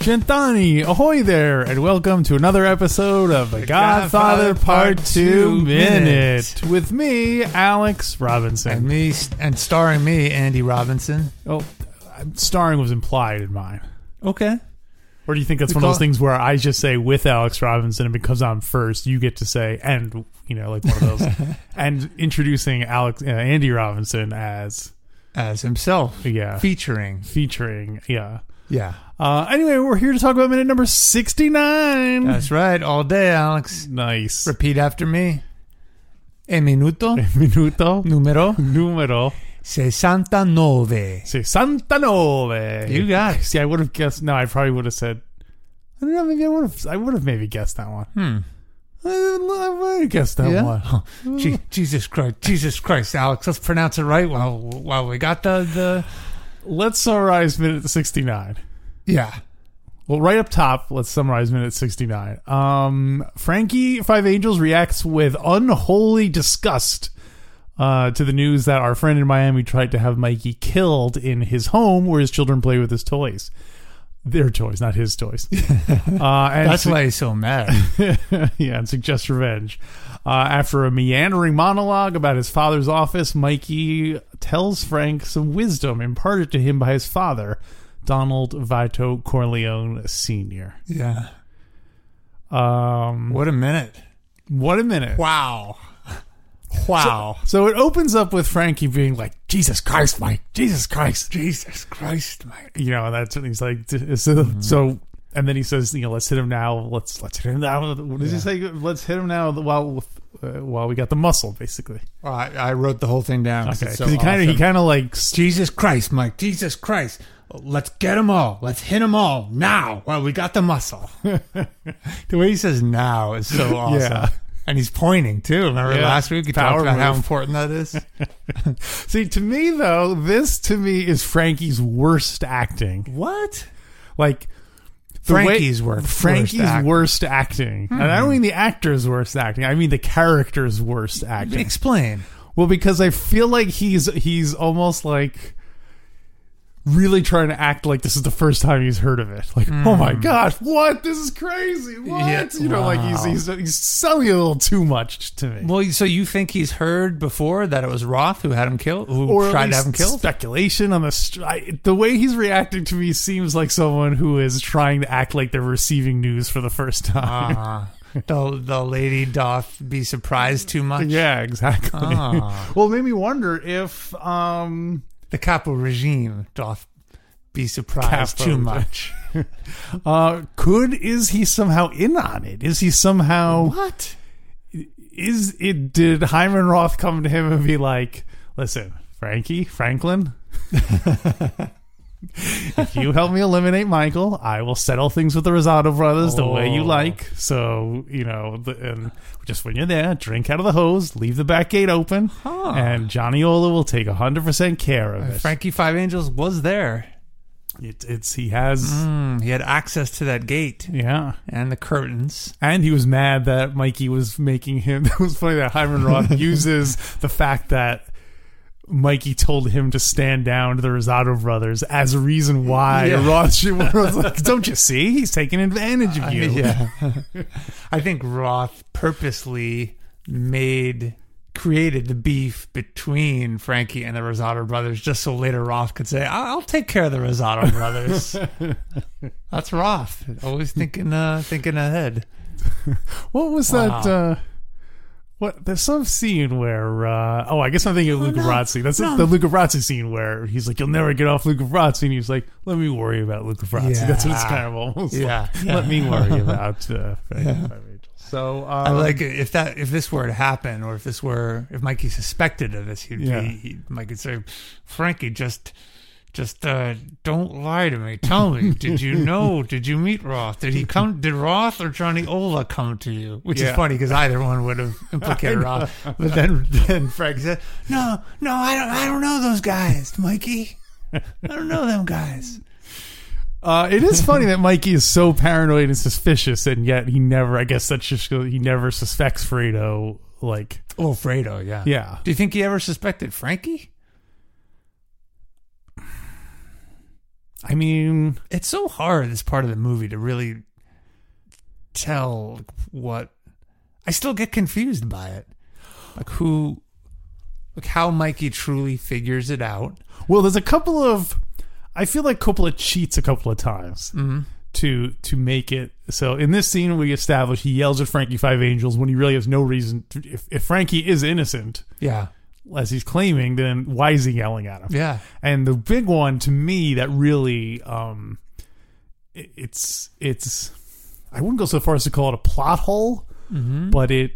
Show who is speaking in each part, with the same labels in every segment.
Speaker 1: Gentani, ahoy there, and welcome to another episode of The Godfather,
Speaker 2: Godfather
Speaker 1: Part
Speaker 2: Part
Speaker 1: 2
Speaker 2: Two
Speaker 1: Minute.
Speaker 2: Minute.
Speaker 1: with me, Alex
Speaker 2: and
Speaker 1: Robinson.
Speaker 2: me and starring me, Andy Robinson.
Speaker 1: Oh, I'm- starring was implied in mine.
Speaker 2: Okay.
Speaker 1: Or do you think that's
Speaker 2: We
Speaker 1: one of those
Speaker 2: call-
Speaker 1: things where I just say with Alex Robinson, and because I'm first, you get to say, and, you know, like one of those, and introducing Alex, uh, Andy Robinson as,
Speaker 2: As himself,
Speaker 1: yeah,
Speaker 2: featuring.
Speaker 1: featuring, yeah.
Speaker 2: Yeah,
Speaker 1: Uh, anyway, we're here to talk about minute number 69.
Speaker 2: that's right. All day, Alex.
Speaker 1: nice.
Speaker 2: Repeat after me. E minuto
Speaker 1: Minuto
Speaker 2: numero
Speaker 1: numero
Speaker 2: sessantanove.
Speaker 1: Say Santa Nove.
Speaker 2: You got it.
Speaker 1: See, I would have guessed. No, I probably would have said. I don't know. Maybe I would have. I would have maybe guessed that one.
Speaker 2: Hmm.
Speaker 1: I would have guessed that
Speaker 2: Yeah?
Speaker 1: one. Mm.
Speaker 2: Je- Jesus Christ, Jesus Christ, Alex. Let's pronounce it right while while we got the the.
Speaker 1: Let's summarize minute sixty-nine.
Speaker 2: Yeah,
Speaker 1: Well, right up top, let's summarize minute sixty-nine. Um, Frankie Five Angels reacts with unholy disgust uh, to the news that our friend in Miami tried to have Mikey killed in his home, where his children play with his toys. Their toys, not his toys. uh, and
Speaker 2: that's why he's so mad.
Speaker 1: yeah, and suggests revenge. Uh, after a meandering monologue about his father's office, Mikey tells Frank some wisdom imparted to him by his father, Donald Vito Corleone Sr.
Speaker 2: yeah.
Speaker 1: Um,
Speaker 2: What a minute.
Speaker 1: what a minute.
Speaker 2: Wow. Wow.
Speaker 1: So it opens up with Frankie being like, Jesus Christ, Mike, Jesus Christ.
Speaker 2: Jesus Christ, Mike.
Speaker 1: You know, that's what he's like. "D- So,
Speaker 2: Mm-hmm.
Speaker 1: so and then he says, you know, let's hit him now. Let's let's hit him now. What does he say? Let's hit him now while uh, while we got the muscle, basically.
Speaker 2: Well, I, I wrote the whole thing down. 'cause
Speaker 1: Okay,
Speaker 2: it's
Speaker 1: 'cause he kind of he
Speaker 2: awesome.
Speaker 1: kind of like
Speaker 2: Jesus Christ, Mike. Jesus Christ. Let's get them all. Let's hit them all now. Well, we got the muscle. the way he says now is so awesome.
Speaker 1: Yeah.
Speaker 2: And he's pointing too. Remember
Speaker 1: Yeah.
Speaker 2: last week we
Speaker 1: Power
Speaker 2: talked about how
Speaker 1: move.
Speaker 2: important that is?
Speaker 1: See, to me though, this to me is Frankie's worst acting.
Speaker 2: what?
Speaker 1: Like the way-
Speaker 2: Frankie's wor- worst Hmm.
Speaker 1: Frankie's worst,
Speaker 2: act.
Speaker 1: acting, and I don't mean the actor's worst acting. I mean the character's worst acting.
Speaker 2: Explain.
Speaker 1: Well, because I feel like he's he's almost like really trying to act like this is the first time he's heard of it. Like, oh my gosh, what? This is crazy. What?
Speaker 2: Hmm. Yeah,
Speaker 1: you know, like he's,
Speaker 2: wow.
Speaker 1: he's he's selling it a little too much to me.
Speaker 2: Well, so you think he's heard before that it was Roth who had him killed, who
Speaker 1: or at
Speaker 2: tried to
Speaker 1: least
Speaker 2: have him killed?
Speaker 1: Speculation on the str- I, the way he's reacting to me seems like someone who is trying to act like they're receiving news for the first time.
Speaker 2: Ah, the the lady doth be surprised too much.
Speaker 1: yeah, exactly.
Speaker 2: Ah.
Speaker 1: well, it made me wonder if um,
Speaker 2: The capo regime doth be surprised
Speaker 1: Capo.
Speaker 2: too much.
Speaker 1: uh, could is he somehow in on it? Is he somehow
Speaker 2: What?
Speaker 1: is it? Did Hyman Roth come to him and be like, "Listen, Frankie Franklin." if you help me eliminate Michael, I will settle things with the Rosado brothers the way you
Speaker 2: Oh.
Speaker 1: like. So you know, the, and just when you're there, drink out of the hose, leave the back gate open,
Speaker 2: Huh. Uh,
Speaker 1: and Johnny Ola will take hundred percent care of it.
Speaker 2: Frankie Five Angels was there.
Speaker 1: it. It's he has,
Speaker 2: Hmm, he had access to that gate
Speaker 1: yeah,
Speaker 2: and the curtains.
Speaker 1: and he was mad that Mikey was making him. That was funny that Hyman Roth uses the fact that. Mikey told him to stand down to the Rosado brothers as a reason why
Speaker 2: Yeah.
Speaker 1: Roth should. was like, Don't you see? He's taking advantage of you.
Speaker 2: Uh, Yeah. I think Roth purposely made created the beef between Frankie and the Rosado brothers just so later Roth could say, "I- "I'll take care of the Rosado brothers." That's Roth, always thinking uh, thinking ahead.
Speaker 1: What was
Speaker 2: Wow.
Speaker 1: that? Uh, what there's some scene where uh, oh I guess I'm thinking of Luca Brasi. That's the Luca Brasi scene where he's like you'll never get off Luca Brasi, and he's like let me worry about Luca Brasi. That's what it's
Speaker 2: Yeah.
Speaker 1: kind of almost like.
Speaker 2: Yeah.
Speaker 1: Let me worry about uh, Frankie Five Angels. So um,
Speaker 2: I like it. if that if this were to happen, or if this were if Mikey suspected of this, he'd
Speaker 1: Yeah.
Speaker 2: be he, Mike could say, "Frankie just just uh, don't lie to me. Tell me, did you know? Did you meet Roth? Did he come? Did Roth or Johnny Ola come to you? Which
Speaker 1: Yeah.
Speaker 2: is funny because either one would have implicated Roth. But then, then Frank said, "No, no, I don't. I don't know those guys, Mikey. I don't know them guys."
Speaker 1: Uh, it is funny that Mikey is so paranoid and suspicious, and yet he never. I guess that's just he never suspects Fredo. Like,
Speaker 2: Oh, Fredo, yeah,
Speaker 1: yeah,
Speaker 2: Do you think he ever suspected Frankie?
Speaker 1: I mean,
Speaker 2: It's so hard this part of the movie to really tell what. I still get confused by it, like who, like how Mikey truly figures it out.
Speaker 1: well, there's a couple of. I feel like Coppola cheats a couple of times to to make it. So in this scene, we establish he yells at Frankie Five Angels when he really has no reason. To, if, if Frankie is innocent,
Speaker 2: Yeah,
Speaker 1: as he's claiming, then why is he yelling at him?
Speaker 2: yeah,
Speaker 1: And the big one to me that really um it- it's it's I wouldn't go so far as to call it a plot hole, but it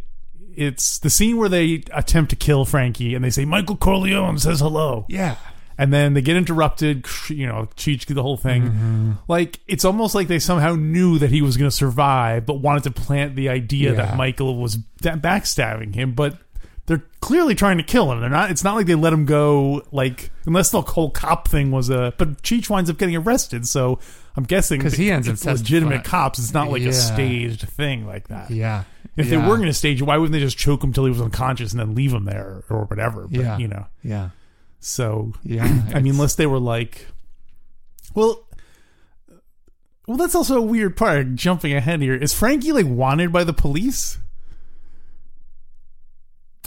Speaker 1: it's the scene where they attempt to kill Frankie and they say Michael Corleone says hello.
Speaker 2: yeah.
Speaker 1: And then they get interrupted, you know, Cheech the whole thing.
Speaker 2: Mm-hmm.
Speaker 1: Like it's almost like they somehow knew that he was going to survive but wanted to plant the idea that
Speaker 2: Yeah.
Speaker 1: Michael was da- backstabbing him, but they're clearly trying to kill him. They're not. It's not like they let him go. Like unless the whole cop thing was a. But Cheech winds up getting arrested, so I'm guessing
Speaker 2: 'Cause he ends up
Speaker 1: it's legitimate
Speaker 2: testifying.
Speaker 1: cops. It's not like
Speaker 2: Yeah.
Speaker 1: a staged thing like that.
Speaker 2: Yeah.
Speaker 1: If they
Speaker 2: Yeah.
Speaker 1: were going to stage it, why wouldn't they just choke him till he was unconscious and then leave him there or whatever? But,
Speaker 2: Yeah.
Speaker 1: you know.
Speaker 2: Yeah.
Speaker 1: So
Speaker 2: Yeah.
Speaker 1: I mean,
Speaker 2: it's-
Speaker 1: unless they were like, well, well, that's also a weird part. Jumping ahead here, is Frankie like wanted by the police?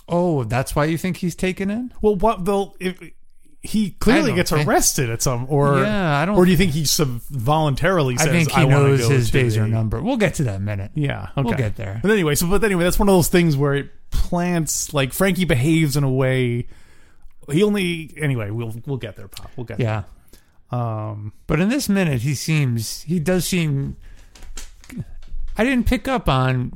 Speaker 2: oh, that's why you think he's taken in?
Speaker 1: Well, what they'll if he
Speaker 2: I
Speaker 1: clearly
Speaker 2: don't
Speaker 1: gets
Speaker 2: think-
Speaker 1: arrested at some or
Speaker 2: Yeah, I don't
Speaker 1: or do you think he sub voluntarily
Speaker 2: I
Speaker 1: says
Speaker 2: think he
Speaker 1: wanna
Speaker 2: knows
Speaker 1: go
Speaker 2: his
Speaker 1: to
Speaker 2: days
Speaker 1: the-"
Speaker 2: are numbered. We'll get to that in a minute.
Speaker 1: Yeah, okay.
Speaker 2: We'll get there.
Speaker 1: But anyway, so but anyway, that's one of those things where it plants like Frankie behaves in a way. He only anyway. We'll we'll get there, Pop. We'll get
Speaker 2: Yeah.
Speaker 1: there. Um,
Speaker 2: But in this minute, he seems he does seem. I didn't pick up on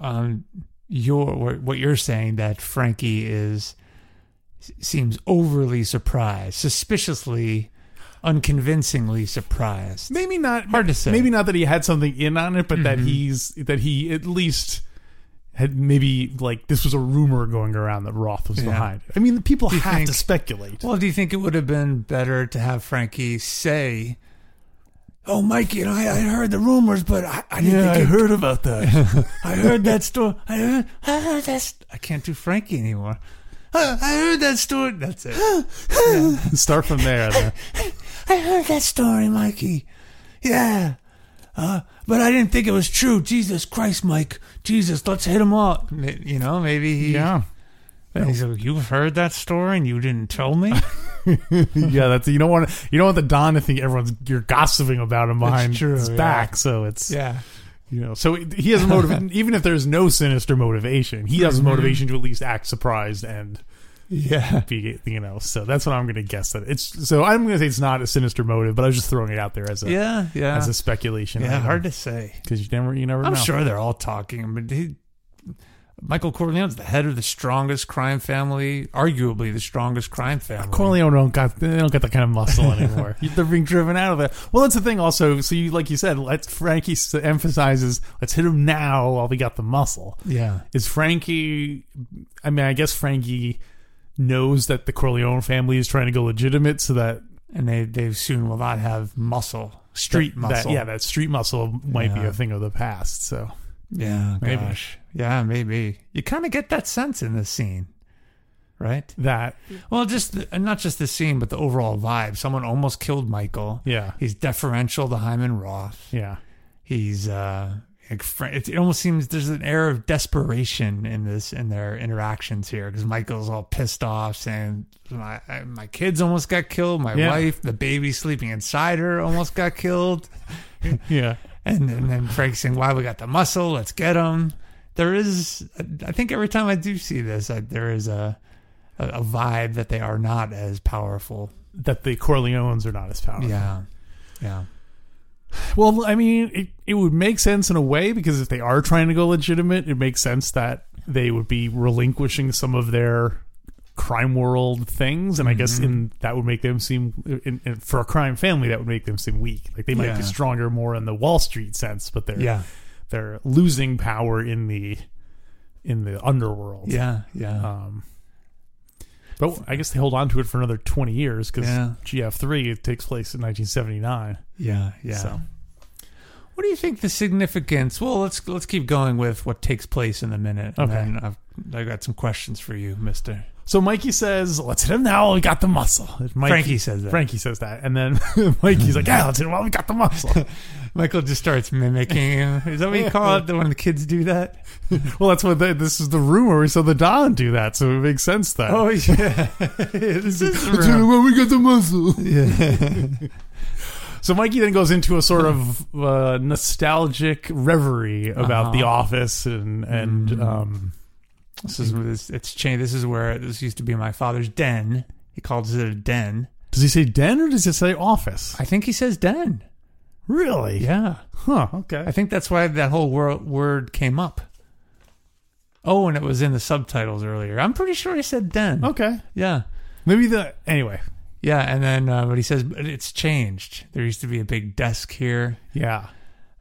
Speaker 2: on your what what you're saying that Frankie is seems overly surprised, suspiciously, unconvincingly surprised.
Speaker 1: maybe not
Speaker 2: Hard to say.
Speaker 1: maybe Mm-hmm. not that he had something in on it, but that he's that he at least had maybe like this was a rumor going around that Roth was
Speaker 2: Yeah.
Speaker 1: behind. it. I mean, people
Speaker 2: you
Speaker 1: have
Speaker 2: think-
Speaker 1: to speculate.
Speaker 2: Well, do you think it would have been better to have Frankie say, "Oh, Mikey, you know, I, I heard the rumors, but I, I didn't think it-
Speaker 1: about that.
Speaker 2: I heard that story. I heard, I heard that. St- I can't do Frankie anymore. Uh, I heard that story. That's it.
Speaker 1: Start from there. then.
Speaker 2: I heard that story, Mikey. Yeah. Uh, but I didn't think it was true. Jesus Christ, Mike. Jesus, let's hit him up. M- You know, maybe he.
Speaker 1: Yeah,
Speaker 2: He's like, you heard that story and you didn't tell me?
Speaker 1: yeah. That's you don't want you don't want the Don to think everyone's you're gossiping about him behind
Speaker 2: true,
Speaker 1: his
Speaker 2: yeah.
Speaker 1: back. So it's
Speaker 2: yeah.
Speaker 1: you know so he has a motive. even if there's no sinister motivation, he has a motivation to at least act surprised and
Speaker 2: Yeah.
Speaker 1: be you know. So that's what I'm going to guess that it's. So I'm going to say it's not a sinister motive, but I was just throwing it out there as a
Speaker 2: Yeah. Yeah.
Speaker 1: as a speculation.
Speaker 2: yeah. Hard to say.
Speaker 1: because you never you never
Speaker 2: uh, I'm
Speaker 1: know.
Speaker 2: sure they're all talking, but he, Michael Corleone's the head of the strongest crime family, arguably the strongest crime family.
Speaker 1: Corleone don't got they don't got that kind of muscle anymore. They're being driven out of there. Well, that's the thing. Also, so you like you said, let's Frankie s- emphasizes let's hit him now while we got the muscle.
Speaker 2: yeah.
Speaker 1: Is Frankie? I mean, I guess Frankie knows that the Corleone family is trying to go legitimate, so that
Speaker 2: And they, they soon will not have muscle, street
Speaker 1: that-
Speaker 2: muscle.
Speaker 1: yeah, that street muscle might be
Speaker 2: Yeah.
Speaker 1: a thing of the past. So
Speaker 2: Yeah,
Speaker 1: Maybe.
Speaker 2: gosh. Yeah, maybe. You kind of get that sense in this scene, right?
Speaker 1: that
Speaker 2: Well, just the, and not just the scene, but the overall vibe. Someone almost killed Michael.
Speaker 1: yeah
Speaker 2: He's deferential to Hyman Roth.
Speaker 1: yeah.
Speaker 2: He's uh like, fr- it almost seems there's an air of desperation in this in their interactions here because Michael's all pissed off saying my I- my kids almost got killed, my
Speaker 1: Yeah.
Speaker 2: wife, the baby sleeping inside her almost got killed.
Speaker 1: Yeah.
Speaker 2: And, and then Frank saying, "Why we got the muscle? Let's get him." There is, I think, every time I do see this, I, there is a, a a vibe that they are not as powerful.
Speaker 1: That the Corleones are not as powerful.
Speaker 2: Yeah, yeah,
Speaker 1: Well, I mean, it, it would make sense in a way because if they are trying to go legitimate, it makes sense that they would be relinquishing some of their crime world things, and I
Speaker 2: Mm-hmm.
Speaker 1: guess in that would make them seem in, in, for a crime family that would make them seem weak. Like they might
Speaker 2: Yeah.
Speaker 1: be stronger more in the Wall Street sense, but they're
Speaker 2: Yeah.
Speaker 1: they're losing power in the in the underworld.
Speaker 2: Yeah. Yeah.
Speaker 1: Um, but I guess they hold on to it for another twenty years because
Speaker 2: Yeah.
Speaker 1: GF3 it takes place in 1979.
Speaker 2: yeah. Yeah.
Speaker 1: So
Speaker 2: What do you think the significance? Well, let's let's keep going with what takes place in a minute. and
Speaker 1: Okay.
Speaker 2: then I've I got some questions for you, Mister
Speaker 1: so Mikey says, "Let's hit him now. We got the muscle." And Mikey,
Speaker 2: Frankie says that.
Speaker 1: Frankie says that, and then Mikey's like, "Yeah, let's hit him while we got the muscle."
Speaker 2: Michael just starts mimicking. Is that what you call it? The- When the kids do that?
Speaker 1: well, that's what the, this is the rumor. We saw the Don do that, so it makes sense that.
Speaker 2: yeah, this Oh, is
Speaker 1: Let's hit him while we got the muscle. So Mikey then goes into a sort of uh, nostalgic reverie about
Speaker 2: Uh-huh. Mm-hmm.
Speaker 1: The Office and and um,
Speaker 2: This is this, it's changed. This is where this used to be my father's den. He calls it a den.
Speaker 1: does he say den or does he say office?
Speaker 2: I think he says den.
Speaker 1: Really?
Speaker 2: Yeah,
Speaker 1: Huh. Okay.
Speaker 2: I think that's why that whole wor- word came up. Oh, and it was in the subtitles earlier. I'm pretty sure he said den.
Speaker 1: Okay.
Speaker 2: Yeah,
Speaker 1: Maybe the anyway.
Speaker 2: yeah, and then uh, but he says but it's changed. There used to be a big desk here,
Speaker 1: Yeah.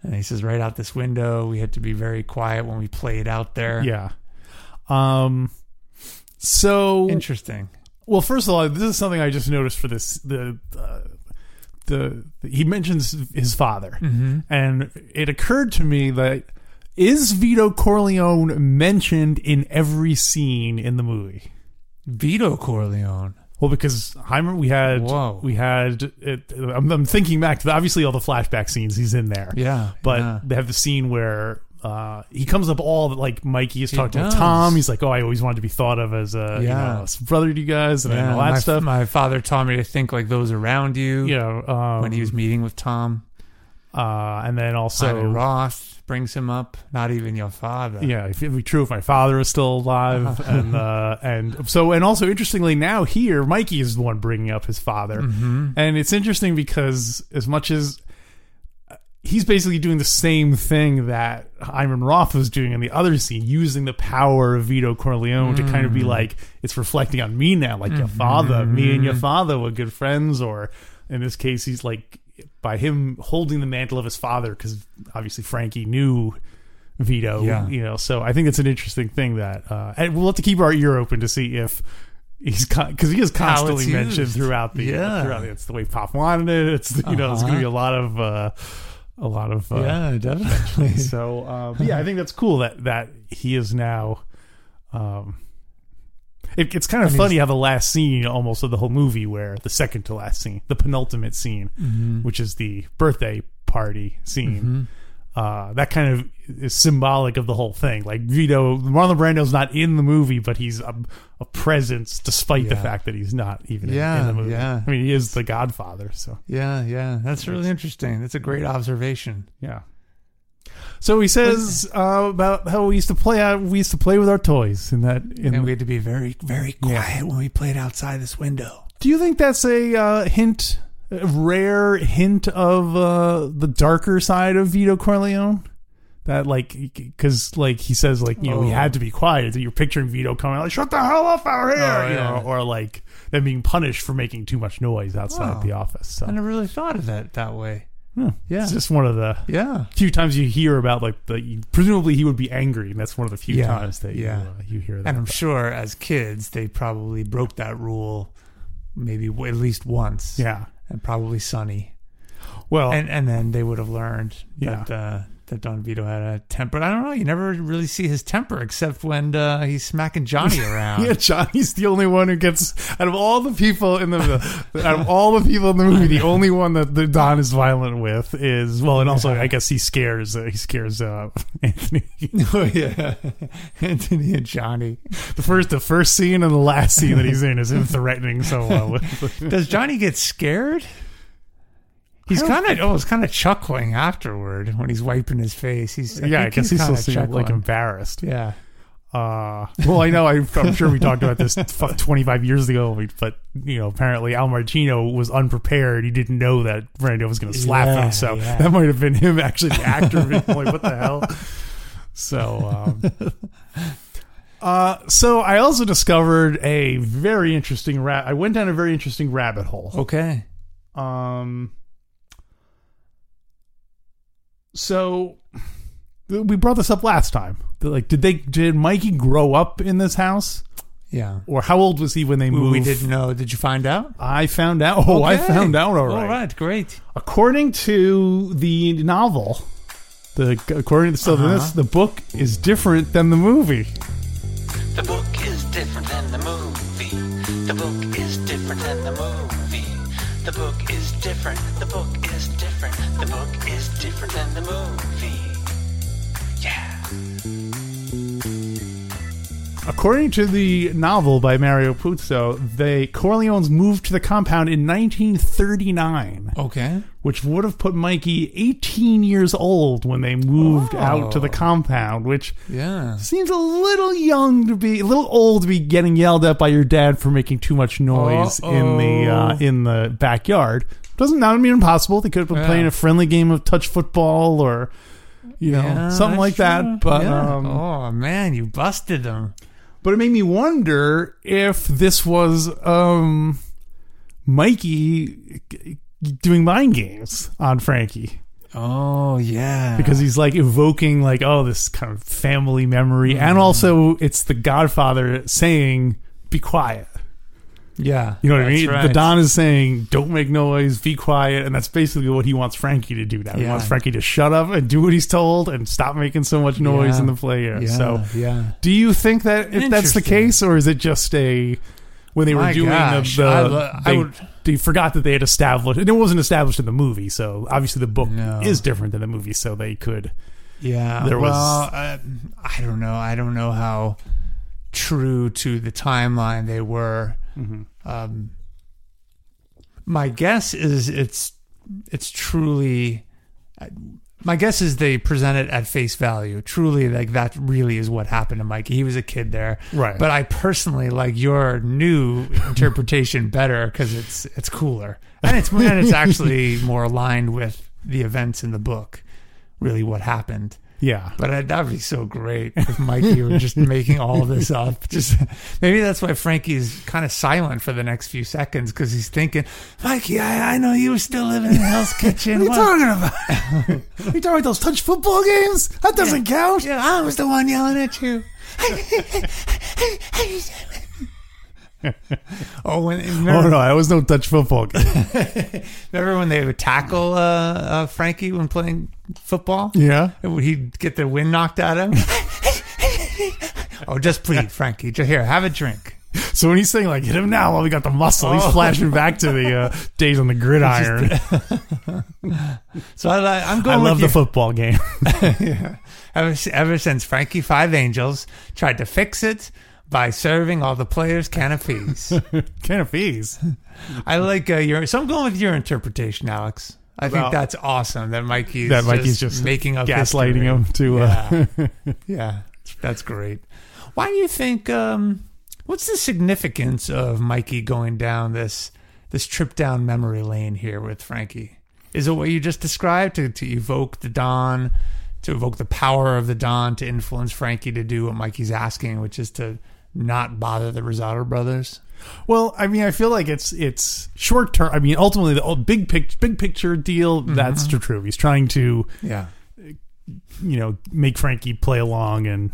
Speaker 2: and he says right out this window. We had to be very quiet when we played out there.
Speaker 1: Yeah. Um so
Speaker 2: interesting.
Speaker 1: well first of all this is something I just noticed for this the uh, the he mentions his father
Speaker 2: Mm-hmm.
Speaker 1: and it occurred to me that is Vito Corleone mentioned in every scene in the movie?
Speaker 2: Vito Corleone.
Speaker 1: Well, because Heimer, we had
Speaker 2: Whoa.
Speaker 1: we had. It, I'm, I'm thinking back to the, obviously all the flashback scenes. He's in there.
Speaker 2: Yeah,
Speaker 1: but
Speaker 2: yeah.
Speaker 1: they have the scene where uh, he comes up all like Mikey is talking
Speaker 2: does.
Speaker 1: to Tom. He's like, "Oh, I always wanted to be thought of as a you
Speaker 2: Yeah.
Speaker 1: know, as a brother to you guys and, all that
Speaker 2: my,
Speaker 1: stuff."
Speaker 2: My father taught me to think like those around you.
Speaker 1: you know, um,
Speaker 2: When he was meeting with Tom,
Speaker 1: uh, and then
Speaker 2: so
Speaker 1: also,
Speaker 2: Roth brings him up. Not even your father.
Speaker 1: yeah, if it'd be true if my father was still alive, and uh, and so and also interestingly now here Mikey is the one bringing up his father, and it's interesting because as much as uh, he's basically doing the same thing that Ivan Roth was doing in the other scene, using the power of Vito Corleone to kind of be like, it's reflecting on me now, like your father. Me and your father were good friends, or in this case, he's like by him holding the mantle of his father because obviously Frankie knew. Vito,
Speaker 2: Yeah.
Speaker 1: you know, so I think it's an interesting thing that, uh, and we'll have to keep our ear open to see if he's because he is
Speaker 2: How it's
Speaker 1: constantly mentioned
Speaker 2: used.
Speaker 1: throughout the
Speaker 2: Yeah. Uh-huh.
Speaker 1: throughout the it's the way Pop wanted it. It's you know it's going to be a lot of uh, a lot of uh,
Speaker 2: yeah, definitely.
Speaker 1: So um, yeah, I think that's cool that that he is now. Um, it, it's kind of funny how the last scene almost of the whole movie, where the second to last scene, the penultimate scene,
Speaker 2: Mm-hmm.
Speaker 1: which is the birthday party scene. Uh, that kind of is symbolic of the whole thing. Like Vito, Marlon Brando's not in the movie, but he's a, a presence despite the
Speaker 2: Yeah.
Speaker 1: fact that he's not even in-
Speaker 2: Yeah,
Speaker 1: in the movie.
Speaker 2: yeah.
Speaker 1: I mean, he is the Godfather, so
Speaker 2: yeah, yeah. That's really interesting. That's a great observation.
Speaker 1: yeah. So he says uh, about how we used to play. out we used to play with our toys in that. In
Speaker 2: And we had to be very, very quiet when we played outside this window.
Speaker 1: do you think that's a uh, hint, a rare hint of uh, the darker side of Vito Corleone? That like, because like he says like you know we
Speaker 2: Oh.
Speaker 1: had to be quiet. You're picturing Vito coming like shut the hell up out here,
Speaker 2: Oh,
Speaker 1: you
Speaker 2: yeah.
Speaker 1: know, or like them being punished for making too much noise outside
Speaker 2: Wow.
Speaker 1: the office. So
Speaker 2: I never really thought of that that way.
Speaker 1: yeah.
Speaker 2: Yeah.
Speaker 1: it's just one of the
Speaker 2: Yeah.
Speaker 1: few times you hear about like the presumably he would be angry, and that's one of the few
Speaker 2: Yeah,
Speaker 1: times that
Speaker 2: yeah.
Speaker 1: you, uh, you hear that.
Speaker 2: And I'm sure as kids, they probably broke that rule maybe w- at least once.
Speaker 1: yeah,
Speaker 2: And probably Sonny.
Speaker 1: well,
Speaker 2: and and then they would have learned
Speaker 1: Yeah.
Speaker 2: that uh, that Don Vito had a temper. But I don't know. You never really see his temper except when uh, he's smacking Johnny around.
Speaker 1: Yeah, Johnny's the only one who gets out of all the people in the out of all the people in the movie. The only one that the Don is violent with is well, and also I guess he scares uh, he scares uh, Anthony.
Speaker 2: oh yeah, Anthony and Johnny.
Speaker 1: The first the first scene and the last scene that he's in is him threatening someone. With,
Speaker 2: Does Johnny get scared? He's
Speaker 1: I don't
Speaker 2: kind of oh, he's kind of chuckling afterward when he's wiping his face. He's
Speaker 1: yeah, I
Speaker 2: think
Speaker 1: guess he's still
Speaker 2: kinda
Speaker 1: seems like
Speaker 2: chuckling.
Speaker 1: embarrassed.
Speaker 2: Yeah,
Speaker 1: Uh, well, I know. I, I'm sure we talked about this fu- 25 years ago, we- but you know, apparently Al Martino was unprepared. He didn't know that Brando was going to slap
Speaker 2: Yeah,
Speaker 1: him, so
Speaker 2: yeah.
Speaker 1: that might have been him actually the actor. being like, what the hell? So, um, Uh, so I also discovered a very interesting rat. I went down a very interesting rabbit hole.
Speaker 2: Okay.
Speaker 1: Um, so th- we brought this up last time. They're Like, did they did Mikey grow up in this house,
Speaker 2: Yeah.
Speaker 1: or how old was he when they moved?
Speaker 2: We didn't know. Did you find out?
Speaker 1: I found out. Oh, I
Speaker 2: Okay.
Speaker 1: found out. All right.
Speaker 2: All right. Great.
Speaker 1: According to the novel, the according to so
Speaker 2: Uh-huh.
Speaker 1: this, the book is different than the movie.
Speaker 3: The book is different than the movie. The book is different than the movie. The book is different. The book is different. The book is different than the movie. Yeah.
Speaker 1: According to the novel by Mario Puzo, the Corleones moved to the compound in 1939,
Speaker 2: Okay.
Speaker 1: which would have put Mikey 18 years old when they moved out to the compound, which
Speaker 2: Yeah.
Speaker 1: seems a little young to be a little old to be getting yelled at by your dad for making too much noise in the uh,
Speaker 2: Uh-oh.
Speaker 1: in the backyard. Doesn't not mean impossible. They could have been
Speaker 2: Yeah.
Speaker 1: playing a friendly game of touch football or you know
Speaker 2: Yeah,
Speaker 1: something like
Speaker 2: that's true.
Speaker 1: that. But
Speaker 2: Yeah.
Speaker 1: um,
Speaker 2: oh man, you busted them.
Speaker 1: but it made me wonder if this was um, Mikey g- doing mind games on Frankie
Speaker 2: Oh yeah.
Speaker 1: because he's like evoking like oh this kind of family memory
Speaker 2: Mm-hmm.
Speaker 1: and also it's the godfather saying be quiet
Speaker 2: yeah,
Speaker 1: you know what i
Speaker 2: that's
Speaker 1: mean
Speaker 2: right.
Speaker 1: the don is saying don't make noise be quiet and that's basically what he wants frankie to do now he
Speaker 2: Yeah.
Speaker 1: wants frankie to shut up and do what he's told and stop making so much noise
Speaker 2: Yeah.
Speaker 1: in the play area
Speaker 2: Yeah,
Speaker 1: so
Speaker 2: yeah.
Speaker 1: do you think that if that's the
Speaker 2: Interesting.
Speaker 1: case or is it just a when they were
Speaker 2: My
Speaker 1: doing
Speaker 2: gosh,
Speaker 1: the, the
Speaker 2: I lo- I
Speaker 1: they,
Speaker 2: would-
Speaker 1: they forgot that they had established and it wasn't established in the movie so obviously the book
Speaker 2: No.
Speaker 1: is different than the movie so they could
Speaker 2: Yeah.
Speaker 1: There was-
Speaker 2: well, uh, I don't know. I don't know how true to the timeline they were.
Speaker 1: Mm-hmm.
Speaker 2: Um, my guess is it's it's truly. My guess is they present it at face value. Truly, like that really is what happened to Mikey. He was a kid there,
Speaker 1: Right.
Speaker 2: But I personally like your new interpretation better because it's it's cooler and it's and it's actually more aligned with the events in the book. Really, what happened?
Speaker 1: yeah
Speaker 2: But I, that'd be so great if Mikey were just making all this up. Just maybe that's why Frankie's kind of silent for the next few seconds because he's thinking, Mikey, I, I know you were still living in Hell's Kitchen.
Speaker 1: What are you talking about? you talking about those touch football games? That doesn't count.
Speaker 2: Yeah, I was the one yelling at you. oh, when
Speaker 1: Oh
Speaker 2: remember,
Speaker 1: no, that was no touch football game.
Speaker 2: remember when they would tackle uh, uh, Frankie when playing football?
Speaker 1: yeah.
Speaker 2: He'd get the wind knocked out of him. oh, just plead, Frankie. Just here, have a drink.
Speaker 1: So when he's saying like hit him now while we got the muscle, he's
Speaker 2: Oh.
Speaker 1: flashing back to the uh, days on the gridiron.
Speaker 2: So I, li- I'm
Speaker 1: I
Speaker 2: going.
Speaker 1: love the
Speaker 2: with you.
Speaker 1: football game.
Speaker 2: ever, s- ever since Frankie Five Angels tried to fix it by serving all the players canapes.
Speaker 1: Can of fees.
Speaker 2: I like uh, your. So I'm going with your interpretation, Alex. I think
Speaker 1: Well-
Speaker 2: that's awesome that Mikey's
Speaker 1: That Mikey's
Speaker 2: just,
Speaker 1: just
Speaker 2: making up
Speaker 1: Gaslighting
Speaker 2: history.
Speaker 1: him to uh,
Speaker 2: Yeah. yeah, that's great. Why do you think? Um, what's the significance of Mikey going down this this trip down memory lane here with Frankie? Is it what you just described to to evoke the Don, to evoke the power of the Don to influence Frankie to do what Mikey's asking, which is to not bother the Rosado brothers?
Speaker 1: Well, I mean, I feel like it's it's short term. I mean, ultimately, the old big picture, big picture deal.
Speaker 2: Mm-hmm.
Speaker 1: That's true. He's trying to
Speaker 2: Yeah,
Speaker 1: you know make Frankie play along and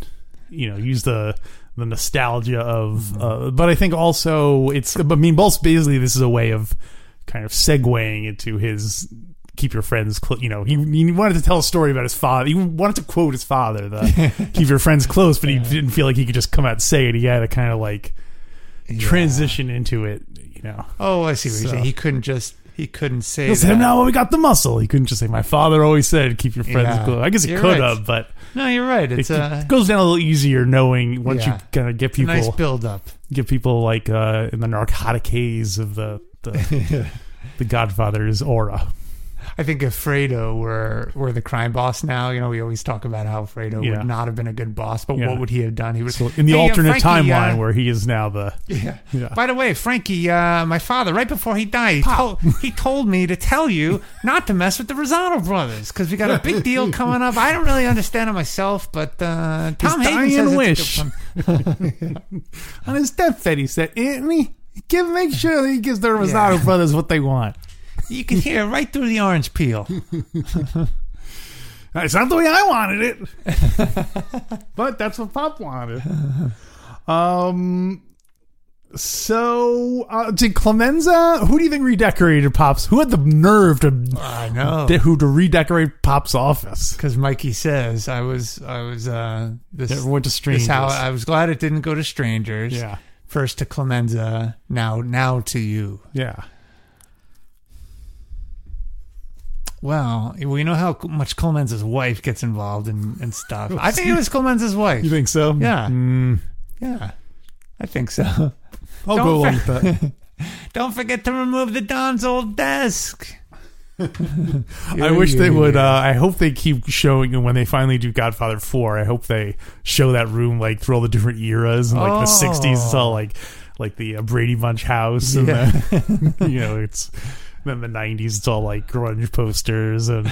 Speaker 1: you know use the the nostalgia of.
Speaker 2: Mm-hmm.
Speaker 1: Uh, but I think also it's. But I mean, both basically, this is a way of kind of segueing into his keep your friends. Cl-, you know, he, he wanted to tell a story about his father. He wanted to quote his father, the keep your friends close. But he didn't feel like he could just come out and say it. He had to kind of like transition into it. You know.
Speaker 2: Oh, I see what you're
Speaker 1: So-
Speaker 2: saying. He couldn't just he couldn't say
Speaker 1: He
Speaker 2: that.
Speaker 1: said, "No, we got the muscle." He couldn't just say, "My father always said, keep your friends
Speaker 2: Yeah.
Speaker 1: close." I guess he
Speaker 2: You're
Speaker 1: could
Speaker 2: right.
Speaker 1: have, but
Speaker 2: No, you're right. It's
Speaker 1: it,
Speaker 2: a,
Speaker 1: it goes down a little easier knowing once
Speaker 2: Yeah.
Speaker 1: you kind of get
Speaker 2: a
Speaker 1: people,
Speaker 2: nice build up.
Speaker 1: get people like uh, in the narcotic haze of the the, the Godfather's aura.
Speaker 2: I think if Fredo were were the crime boss now, you know, we always talk about how Fredo
Speaker 1: Yeah.
Speaker 2: would not have been a good boss, but
Speaker 1: Yeah.
Speaker 2: what would he have done? He would
Speaker 1: So in the
Speaker 2: "Hey, uh,
Speaker 1: alternate
Speaker 2: Frankie, uh,
Speaker 1: timeline where he is now the
Speaker 2: Yeah.
Speaker 1: Yeah.
Speaker 2: By the way, Frankie, uh, my father, right before he died, he, told he told me to tell you not to mess with the Rosado brothers because we got a big deal coming up. I don't really understand it myself, but uh, Tom
Speaker 1: His
Speaker 2: Hayden
Speaker 1: dying
Speaker 2: says
Speaker 1: wish.
Speaker 2: it's a good one.
Speaker 1: on his deathbed he said, Anthony, give make sure that he gives the Rosado
Speaker 2: Yeah.
Speaker 1: brothers what they want.
Speaker 2: You can hear it right through the orange peel.
Speaker 1: It's not the way I wanted it, but that's what Pop wanted. Um, so uh, did Clemenza? Who do you think redecorated Pop's? Who had the nerve to
Speaker 2: I know.
Speaker 1: who to redecorate Pop's office?
Speaker 2: Because Mikey says I was I was uh, this
Speaker 1: It went to
Speaker 2: this
Speaker 1: strangers.
Speaker 2: how I was glad it didn't go to strangers.
Speaker 1: yeah,
Speaker 2: First to Clemenza, now now to you.
Speaker 1: yeah.
Speaker 2: Well, we know how much Coleman's wife gets involved in, and stuff. I think it was Coleman's wife.
Speaker 1: You think so?
Speaker 2: Yeah.
Speaker 1: Mm,
Speaker 2: Yeah, I think so.
Speaker 1: I'll
Speaker 2: Don't
Speaker 1: go along with that.
Speaker 2: Don't forget to remove the Don's old desk.
Speaker 1: I wish they would. Uh, I hope they keep showing, and when they finally do Godfather Four, I hope they show that room like through all the different eras and like the
Speaker 2: Oh.
Speaker 1: '60s. It's all like like the uh, Brady Bunch house, and
Speaker 2: Yeah.
Speaker 1: the, you know, it's then the '90s. It's all like grunge posters and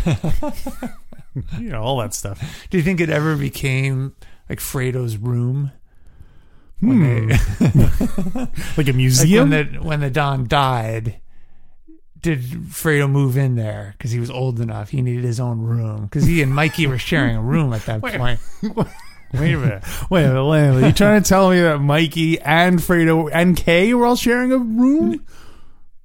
Speaker 1: you know all that stuff.
Speaker 2: Do you think it ever became like Fredo's room?
Speaker 1: Hmm.
Speaker 2: When they-
Speaker 1: Like a
Speaker 2: Like
Speaker 1: museum.
Speaker 2: when the when the Don died, did Fredo move in there because he was old enough? He needed his own room because he and Mikey were sharing a room at that point.
Speaker 1: wait a minute. Wait a minute. Wait a minute. You trying to tell me that Mikey and Fredo and Kay were all sharing a room?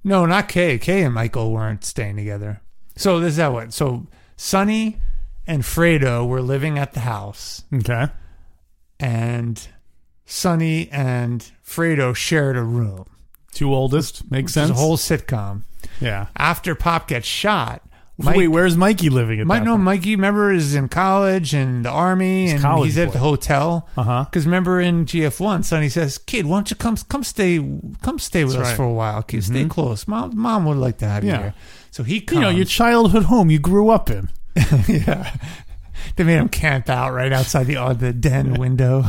Speaker 2: No, not Kay. Kay and Michael weren't staying together. So this is how it. So Sonny and Fredo were living at the house,
Speaker 1: Okay.
Speaker 2: and Sonny and Fredo shared a room.
Speaker 1: Two oldest makes
Speaker 2: It's
Speaker 1: sense.
Speaker 2: a whole sitcom.
Speaker 1: yeah.
Speaker 2: After Pop gets shot,
Speaker 1: Wait, where's Mikey living at
Speaker 2: Mike,
Speaker 1: that
Speaker 2: no,
Speaker 1: point?
Speaker 2: Mikey, remember, is in college and the army, and
Speaker 1: college
Speaker 2: he's at
Speaker 1: boy.
Speaker 2: the hotel.
Speaker 1: Uh-huh.
Speaker 2: Because remember in GF one, Sonny says, "Kid, why don't you come come stay come stay with
Speaker 1: That's
Speaker 2: us
Speaker 1: right. Mm-hmm.
Speaker 2: for a while? Kid, stay close. Mom, mom would like to have
Speaker 1: Yeah.
Speaker 2: you here." So he comes.
Speaker 1: You know, your childhood home you grew up in.
Speaker 2: yeah. They made him camp out right outside the uh, the den window.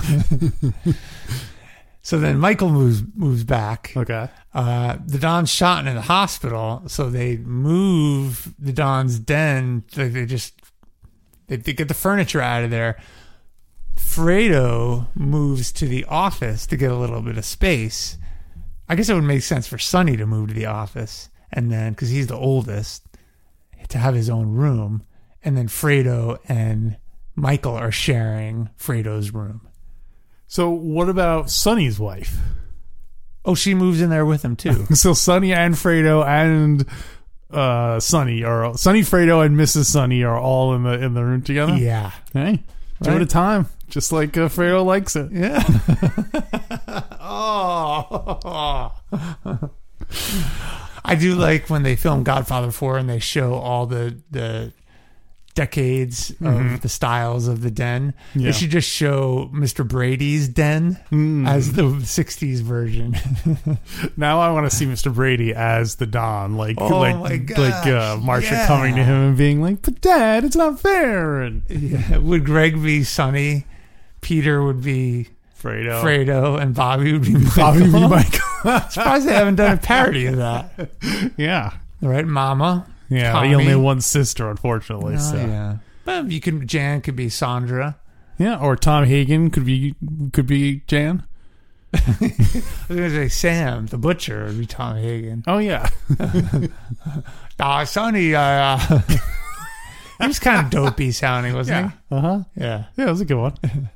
Speaker 2: so then Michael moves moves back.
Speaker 1: Okay.
Speaker 2: Uh, the Don's shot in the hospital, so they move the Don's den. They, they just they, they get the furniture out of there. Fredo moves to the office to get a little bit of space. I guess it would make sense for Sonny to move to the office, and then because he's the oldest, to have his own room, and then Fredo and Michael are sharing Fredo's room.
Speaker 1: So what about Sonny's wife?
Speaker 2: Oh, she moves in there with him too.
Speaker 1: So Sonny and Fredo and uh Sonny are Sonny Fredo and Mrs. Sonny are all in the in the room together.
Speaker 2: yeah.
Speaker 1: Hey. Two at a
Speaker 2: Right.
Speaker 1: time. Just like uh, Fredo likes it.
Speaker 2: Yeah. oh. I do like when they film Godfather 4 and they show all the the decades of the styles of the den.
Speaker 1: Yeah. Mm-hmm.
Speaker 2: They should just show Mr. Brady's den as the 60s version.
Speaker 1: Now I want to see Mr. Brady as the Don, like
Speaker 2: Oh
Speaker 1: like
Speaker 2: my gosh,
Speaker 1: like uh, Marsha
Speaker 2: yeah.
Speaker 1: coming to him and being like, "But Dad, it's not fair." And
Speaker 2: yeah. Would Greg be Sonny? Peter would be
Speaker 1: Fredo,
Speaker 2: Fredo and Oh. Bobby would be
Speaker 1: Bobby,
Speaker 2: Michael.
Speaker 1: Michael.
Speaker 2: Surprised they haven't done a parody of that.
Speaker 1: yeah,
Speaker 2: Right, Mama.
Speaker 1: yeah. He
Speaker 2: Tommy.
Speaker 1: only had one sister, unfortunately.
Speaker 2: Oh,
Speaker 1: so
Speaker 2: yeah. But you can Jan could be Sandra.
Speaker 1: Yeah, or Tom Hagen could be could be Jan.
Speaker 2: I was gonna say Sam, the butcher, would be Tom Hagen.
Speaker 1: Oh yeah,
Speaker 2: Ah, Sonny, uh, uh, he was kind of dopey sounding, wasn't
Speaker 1: uh huh.
Speaker 2: he? Yeah. Uh-huh.
Speaker 1: Yeah, that was a good one.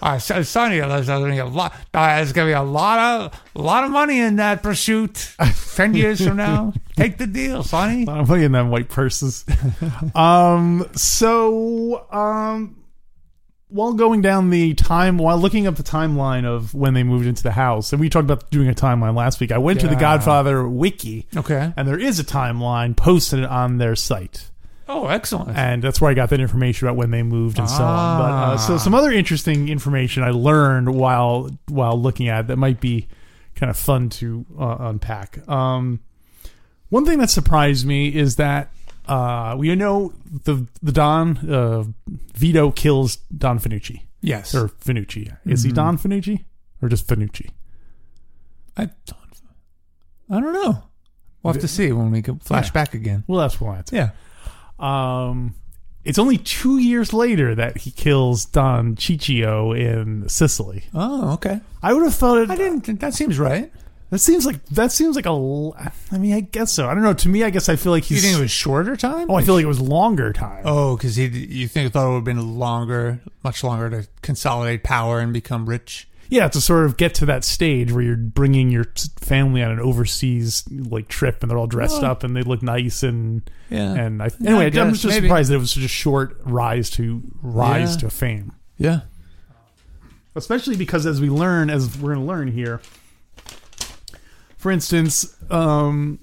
Speaker 2: Uh, so, Sonny, there's gonna be a lot. Uh, there's gonna be a lot of, a lot of money in that pursuit. Ten years from now, take the deal, Sonny.
Speaker 1: I'm playing them white purses. um, so um, while going down the time, while looking up the timeline of when they moved into the house, and we talked about doing a timeline last week, I went to the
Speaker 2: Yeah. Oh.
Speaker 1: Godfather wiki,
Speaker 2: Okay.
Speaker 1: and there is a timeline posted on their site.
Speaker 2: Oh, excellent.
Speaker 1: and that's where I got that information about when they moved and so on. But uh, so
Speaker 2: Ah.
Speaker 1: some other interesting information I learned while while looking at it that might be kind of fun to uh, unpack. Um, one thing that surprised me is that Uh, we know the the Don uh, Vito kills Don Finucci
Speaker 2: Yes.
Speaker 1: or Finucci. Is
Speaker 2: Mm-hmm.
Speaker 1: he Don Finucci or just Finucci?
Speaker 2: I don't. I don't know. We'll have to see when we go flash back again.
Speaker 1: Well, that's one answer.
Speaker 2: Yeah.
Speaker 1: Um, it's only two years later that he kills Don Ciccio in Sicily.
Speaker 2: Oh, okay.
Speaker 1: I would have thought it.
Speaker 2: I didn't. think That seems right.
Speaker 1: That seems like that seems like a. l- I mean, I guess so. I don't know. To me, I guess I feel like
Speaker 2: You
Speaker 1: he's.
Speaker 2: think it was shorter time?
Speaker 1: oh, I feel like it was longer time.
Speaker 2: Oh, because he. You think thought it would have been longer, much longer to consolidate power and become rich.
Speaker 1: Yeah, to sort of get to that stage where you're bringing your t- family on an overseas like trip, and they're all dressed up and they look nice and
Speaker 2: Yeah.
Speaker 1: And I, anyway,
Speaker 2: guess,
Speaker 1: I'm just
Speaker 2: maybe.
Speaker 1: surprised that it was such a short rise to rise
Speaker 2: Yeah.
Speaker 1: to fame,
Speaker 2: Yeah.
Speaker 1: especially because as we learn, as we're going to learn here, for instance, um,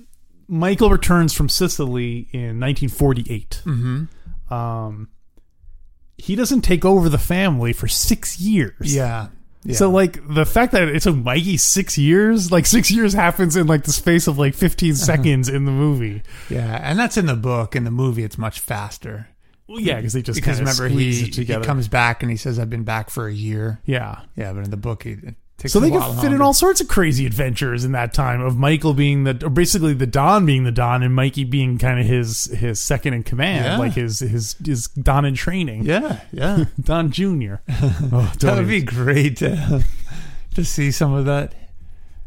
Speaker 1: Michael returns from Sicily in 1948. Mm-hmm. Um, he doesn't take over the family for six years.
Speaker 2: Yeah. Yeah.
Speaker 1: So like the fact that it took Mikey six years, like six years happens in like the space of like fifteen seconds in the movie.
Speaker 2: yeah, and that's in the book. In the movie, it's much faster
Speaker 1: Well, yeah, because they just
Speaker 2: because
Speaker 1: kinda
Speaker 2: remember
Speaker 1: squeeze
Speaker 2: he,
Speaker 1: it
Speaker 2: he
Speaker 1: together.
Speaker 2: comes back and he says, "I've been back for a year."
Speaker 1: yeah.
Speaker 2: Yeah, but in the book, he, it takes.
Speaker 1: So
Speaker 2: a
Speaker 1: they could
Speaker 2: lot
Speaker 1: fit in
Speaker 2: longer.
Speaker 1: all sorts of crazy adventures in that time of Michael being the, or basically the Don being the Don and Mikey being kind of his his second in command,
Speaker 2: Yeah.
Speaker 1: like his his his Don in training,
Speaker 2: Yeah, yeah.
Speaker 1: Don Junior. oh,
Speaker 2: That
Speaker 1: don't
Speaker 2: would
Speaker 1: even-
Speaker 2: be great to, to see some of that,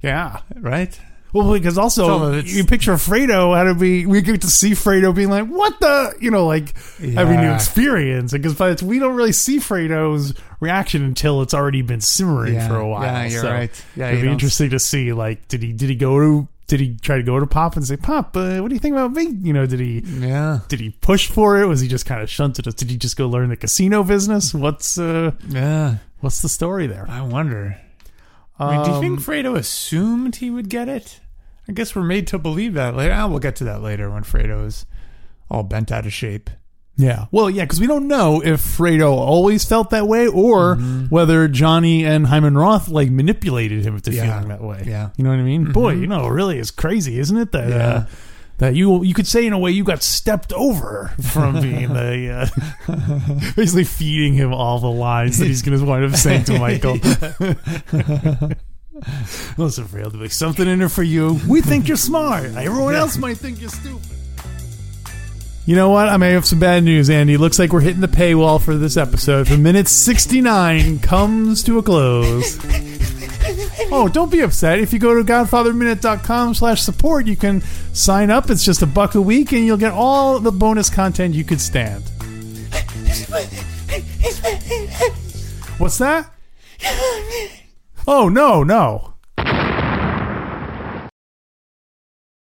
Speaker 1: yeah.
Speaker 2: right?
Speaker 1: Well, because
Speaker 2: Some
Speaker 1: also
Speaker 2: of it's-
Speaker 1: you picture Fredo how to be, we get to see Fredo being like, "What the," you know, like having new
Speaker 2: Yeah.
Speaker 1: experience. Because but it's, we don't really see Fredo's reaction until it's already been simmering
Speaker 2: Yeah.
Speaker 1: for a while.
Speaker 2: Yeah, you're
Speaker 1: So
Speaker 2: right. Yeah, you
Speaker 1: it'd be
Speaker 2: don't-
Speaker 1: interesting to see. Like, did he did he go to did he try to go to Pop and say, "Pop, uh, what do you think about me?" You know, did he
Speaker 2: Yeah,
Speaker 1: did he push for it? Was he just kind of shunted? Did he just go learn the casino business? What's uh,
Speaker 2: yeah.
Speaker 1: what's the story there?
Speaker 2: I wonder. I mean, do you think Fredo assumed he would get it? I guess we're made to believe that later. Ah, we'll get to that later when Fredo is all bent out of shape.
Speaker 1: Yeah. Well, yeah, because we don't know if Fredo always felt that way or
Speaker 2: Mm-hmm.
Speaker 1: whether Johnny and Hyman Roth like manipulated him into
Speaker 2: Yeah.
Speaker 1: feeling that way.
Speaker 2: Yeah. Mm-hmm.
Speaker 1: You know what I mean? Boy, you know, it really is crazy, isn't it? That uh,
Speaker 2: Yeah.
Speaker 1: that you you could say in a way you got stepped over from being the uh, basically feeding him all the lies that he's going to wind up saying to Michael. Listen, Fredo, there's something in there for you. We think you're smart. Everyone else might think you're stupid. You know what? I may have some bad news, Andy. Looks like we're hitting the paywall for this episode. For minute 69 comes to a close. Oh, don't be upset. If you go to godfatherminute.com slash support, you can sign up. It's just a buck a week, and you'll get all the bonus content you could stand. What's that? Oh, no, no.